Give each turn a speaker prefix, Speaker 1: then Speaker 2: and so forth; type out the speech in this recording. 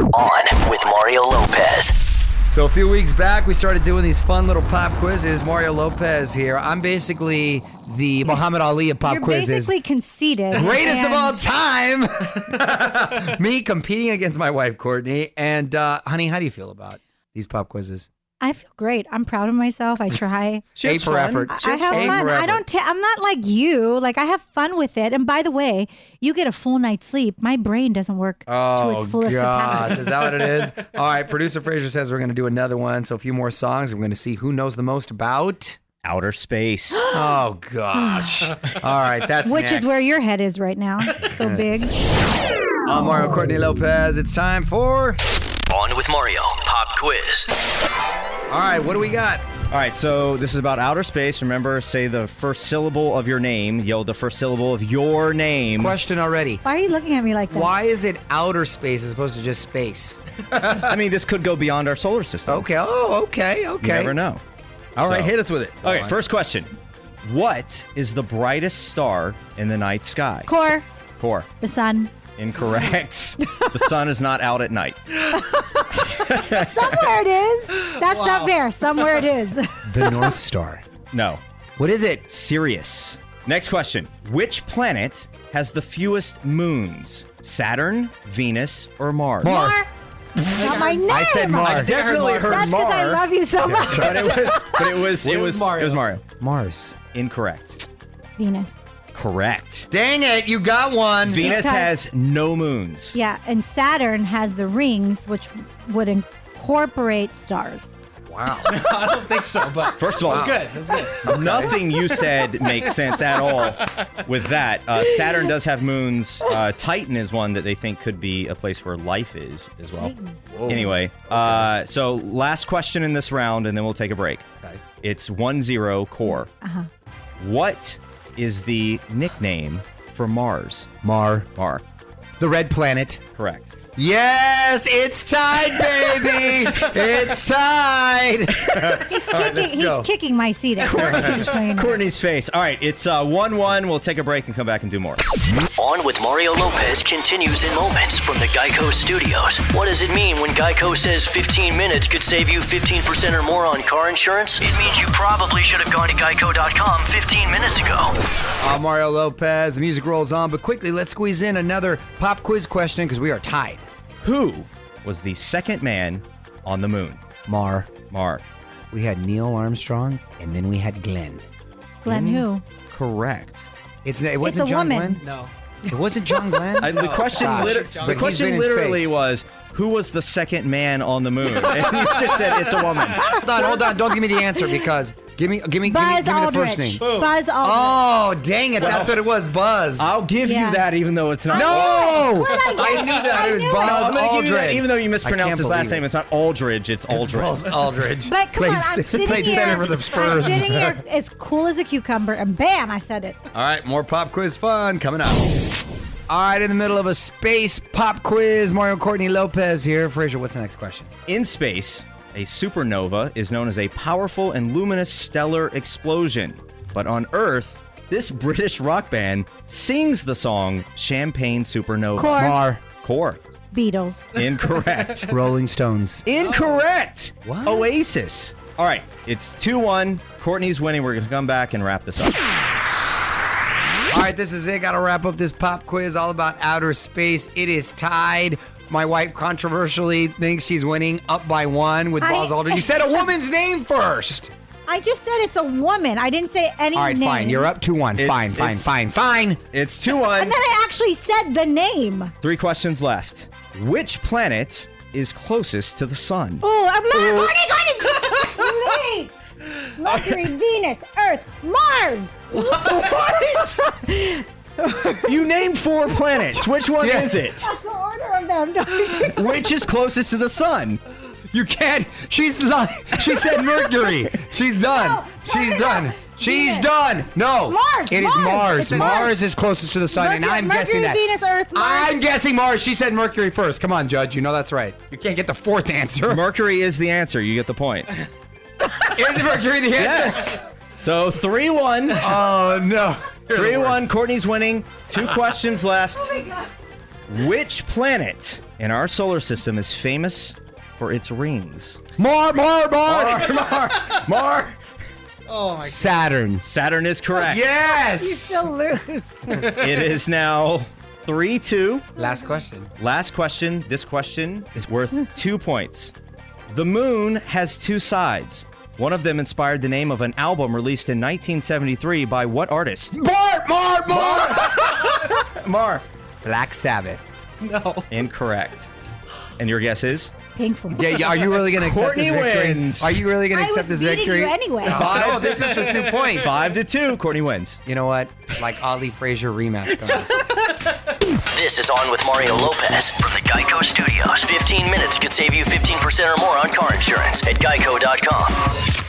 Speaker 1: On with Mario Lopez.
Speaker 2: So a few weeks back, we started doing these fun little pop quizzes. Mario Lopez here. I'm basically the Muhammad Ali of pop
Speaker 3: You're
Speaker 2: quizzes.
Speaker 3: basically conceited.
Speaker 2: Greatest of
Speaker 3: and-
Speaker 2: all time. Me competing against my wife Courtney. And uh, honey, how do you feel about these pop quizzes?
Speaker 3: I feel great. I'm proud of myself. I try.
Speaker 4: She
Speaker 2: A
Speaker 4: has
Speaker 2: for
Speaker 4: fun.
Speaker 2: effort.
Speaker 3: I- I
Speaker 2: Just
Speaker 3: have
Speaker 2: A
Speaker 3: fun.
Speaker 2: for
Speaker 3: I
Speaker 2: effort.
Speaker 3: don't. T- I'm not like you. Like I have fun with it. And by the way, you get a full night's sleep. My brain doesn't work to
Speaker 2: Oh
Speaker 3: its fullest
Speaker 2: gosh,
Speaker 3: capacity.
Speaker 2: is that what it is? All right, producer Fraser says we're going to do another one. So a few more songs. and We're going to see who knows the most about.
Speaker 4: Outer space.
Speaker 2: Oh gosh. All right, that's
Speaker 3: Which is
Speaker 2: next.
Speaker 3: where your head is right now. So big.
Speaker 2: I'm Mario Courtney Lopez. It's time for.
Speaker 1: On with Mario. Pop quiz.
Speaker 2: All right, what do we got?
Speaker 4: All right, so this is about outer space. Remember, say the first syllable of your name. Yell the first syllable of your name.
Speaker 2: Question already.
Speaker 3: Why are you looking at me like that?
Speaker 2: Why is it outer space as opposed to just space?
Speaker 4: I mean, this could go beyond our solar system.
Speaker 2: Okay. Oh, okay. Okay.
Speaker 4: You never know.
Speaker 2: All right,
Speaker 4: So-
Speaker 2: hit us with it.
Speaker 4: Okay,
Speaker 2: Go on.
Speaker 4: first question. What is the brightest star in the night sky?
Speaker 3: Core
Speaker 4: Core.
Speaker 3: the sun.
Speaker 4: Incorrect. the sun is not out at night.
Speaker 3: Somewhere it is. That's not fair. Somewhere it is.
Speaker 2: the North Star.
Speaker 4: No.
Speaker 2: What is it?
Speaker 4: Sirius. Next question. Which planet has the fewest moons? Saturn, Venus, or Mars?
Speaker 2: Mar.
Speaker 3: Core. not my name.
Speaker 2: I said Mar.
Speaker 4: I definitely heard
Speaker 3: That's because I
Speaker 4: Mar.
Speaker 3: love you so much.
Speaker 4: but it was but it was it
Speaker 5: What
Speaker 4: was
Speaker 5: is Mario?
Speaker 4: it was Mario.
Speaker 2: Mars.
Speaker 4: Incorrect.
Speaker 3: Venus.
Speaker 4: Correct.
Speaker 2: Dang it! You got one.
Speaker 4: Venus
Speaker 3: Okay.
Speaker 4: has no moons.
Speaker 3: Yeah, and Saturn has the rings, which would incorporate stars.
Speaker 2: Wow.
Speaker 5: I don't think so, but
Speaker 4: First of all,
Speaker 5: it's good. It's good.
Speaker 4: nothing you said makes sense at all with that. Uh, Saturn does have moons. Uh, Titan is one that they think could be a place where life is as well. Anyway, uh, so last question in this round, and then we'll take a break.
Speaker 2: Okay.
Speaker 4: It's 1 0 core.
Speaker 3: Uh-huh.
Speaker 4: What is the nickname for Mars?
Speaker 2: Mar.
Speaker 4: Mar.
Speaker 2: The red planet.
Speaker 4: Correct.
Speaker 2: Yes, it's tied, baby. it's tied.
Speaker 3: He's
Speaker 2: right,
Speaker 3: kicking.
Speaker 2: let's
Speaker 3: he's
Speaker 2: go.
Speaker 3: kicking my seat. At Courtney's saying,
Speaker 4: Courtney's face. All right, it's 1 1. We'll take a break and come back and do more.
Speaker 1: On with Mario Lopez continues in moments from the Geico Studios. What does it mean when Geico says 15 minutes could save you 15% or more on car insurance? It means you probably should have gone to geico.com 15 minutes ago.
Speaker 2: I'm Mario Lopez. The music rolls on, but quickly let's squeeze in another pop quiz question because we are tied.
Speaker 4: Who was the second man on the moon?
Speaker 2: Mar.
Speaker 4: Mar.
Speaker 2: We had Neil Armstrong, and then we had Glenn.
Speaker 3: Glenn, who?
Speaker 4: Correct.
Speaker 2: It's it wasn't
Speaker 3: a
Speaker 2: John
Speaker 3: woman.
Speaker 2: Glenn.
Speaker 5: No.
Speaker 2: It wasn't John Glenn.
Speaker 4: I, the question,
Speaker 2: Oh, gosh.
Speaker 4: liter-
Speaker 2: John- But
Speaker 4: the
Speaker 2: he's
Speaker 4: question
Speaker 2: been in
Speaker 4: literally
Speaker 2: space.
Speaker 4: was, who was the second man on the moon? And you just said it's a woman.
Speaker 2: hold on, hold on. Don't give me the answer because give me, give me, give me,
Speaker 3: Buzz
Speaker 2: give me the first
Speaker 3: Aldrich.
Speaker 2: name.
Speaker 3: Buzz Aldrich.
Speaker 2: Oh, dang it! That's what it was, Buzz.
Speaker 4: I'll give
Speaker 3: Yeah.
Speaker 4: you that, even though it's not.
Speaker 2: no,
Speaker 3: I
Speaker 2: I,
Speaker 3: guess
Speaker 2: knew
Speaker 3: it.
Speaker 2: that
Speaker 3: I
Speaker 2: it was
Speaker 3: knew it.
Speaker 4: I'm
Speaker 2: Buzz
Speaker 4: gonna give you that,
Speaker 2: Aldrin.
Speaker 4: even though you
Speaker 2: I
Speaker 4: mispronounced
Speaker 2: can't
Speaker 4: his last
Speaker 2: believe
Speaker 4: name.
Speaker 2: it.
Speaker 4: It's not Aldridge. It's
Speaker 2: Buzz
Speaker 4: Aldrin.
Speaker 2: Aldridge.
Speaker 3: But come
Speaker 2: played,
Speaker 3: on, I'm
Speaker 2: c-
Speaker 3: sitting
Speaker 2: played
Speaker 3: here.
Speaker 2: center for the Spurs.
Speaker 3: I'm sitting here as cool as a cucumber, and bam, I said it.
Speaker 2: All right, more pop quiz fun coming up. All right, in the middle of a space pop quiz, Mario Courtney Lopez here. Fraser, what's the next question?
Speaker 4: In space, a supernova is known as a powerful and luminous stellar explosion. But on Earth, this British rock band sings the song Champagne Supernova.
Speaker 3: Core.
Speaker 2: Mar,
Speaker 4: Core.
Speaker 3: Beatles.
Speaker 4: Incorrect.
Speaker 2: Rolling Stones.
Speaker 4: Incorrect.
Speaker 2: What?
Speaker 4: Oasis. All right, it's 2 1. Courtney's winning. We're going to come back and wrap this up.
Speaker 2: All right, this is it. Got to wrap up this pop quiz all about outer space. It is tied. My wife controversially thinks she's winning up by one with
Speaker 3: I-
Speaker 2: Buzz Aldrin. You said a woman's name first.
Speaker 3: I just said it's a woman. I didn't say any
Speaker 2: All right,
Speaker 3: name.
Speaker 2: fine. You're up 2 1.
Speaker 4: It's-
Speaker 2: fine, fine,
Speaker 4: it's-
Speaker 2: fine, fine.
Speaker 4: It's 2 1.
Speaker 3: And then I actually said the name.
Speaker 4: Three questions left. Which planet is closest to the sun?
Speaker 3: Oh, I'm already going to Mercury, Venus, Earth, Mars.
Speaker 4: What? you named four planets. Which one
Speaker 2: Yeah.
Speaker 4: is it?
Speaker 3: The order of them. Don't-
Speaker 4: Which is closest to the sun?
Speaker 2: You can't. She's lying. She said Mercury. She's done.
Speaker 3: No,
Speaker 2: she's
Speaker 3: Mercury.
Speaker 2: done. She's
Speaker 3: Venus.
Speaker 2: done. No.
Speaker 3: Mars,
Speaker 2: It is
Speaker 3: Mars.
Speaker 2: Mars.
Speaker 3: It's
Speaker 2: Mars.
Speaker 3: Mars.
Speaker 2: is closest to the sun, and
Speaker 3: Mercury-
Speaker 2: I'm guessing that.
Speaker 3: Mercury, Venus, Earth, Mars.
Speaker 2: I'm guessing Mars. She said Mercury first. Come on, Judge. You know that's right. You can't get the fourth answer.
Speaker 4: Mercury is the answer. You get the point.
Speaker 2: is Mercury the answer?
Speaker 4: Yes. So 3 1.
Speaker 2: Oh no.
Speaker 4: 3 1. Courtney's winning. Two questions left. Which planet And our solar system is famous for its rings.
Speaker 2: More, more, more.
Speaker 4: Mar, Mar.
Speaker 5: Oh my
Speaker 2: Saturn.
Speaker 4: Saturn is correct.
Speaker 2: Yes.
Speaker 3: lose.
Speaker 4: It is now 3 2.
Speaker 2: Last question.
Speaker 4: Last question. This question is worth two points. The moon has two sides. One of them inspired the name of an album released in 1973 by what artist?
Speaker 2: More, more, more.
Speaker 4: Mar.
Speaker 2: Black Sabbath.
Speaker 5: no.
Speaker 4: Incorrect. And your guess is?
Speaker 3: Painful.
Speaker 2: Yeah, yeah, are you really going to accept this
Speaker 4: Courtney
Speaker 2: victory?
Speaker 4: wins.
Speaker 2: Are you really going to
Speaker 3: I
Speaker 2: accept
Speaker 3: was
Speaker 2: this
Speaker 3: beating
Speaker 2: victory?
Speaker 3: you anyway.
Speaker 2: Five, no, this is for two points.
Speaker 4: Five to two. Courtney wins.
Speaker 2: You know what? Like Ollie Frazier rematch. Going.
Speaker 1: This is On with Mario Lopez from the Geico Studios. 15 minutes could save you 15% or more on car insurance at geico.com.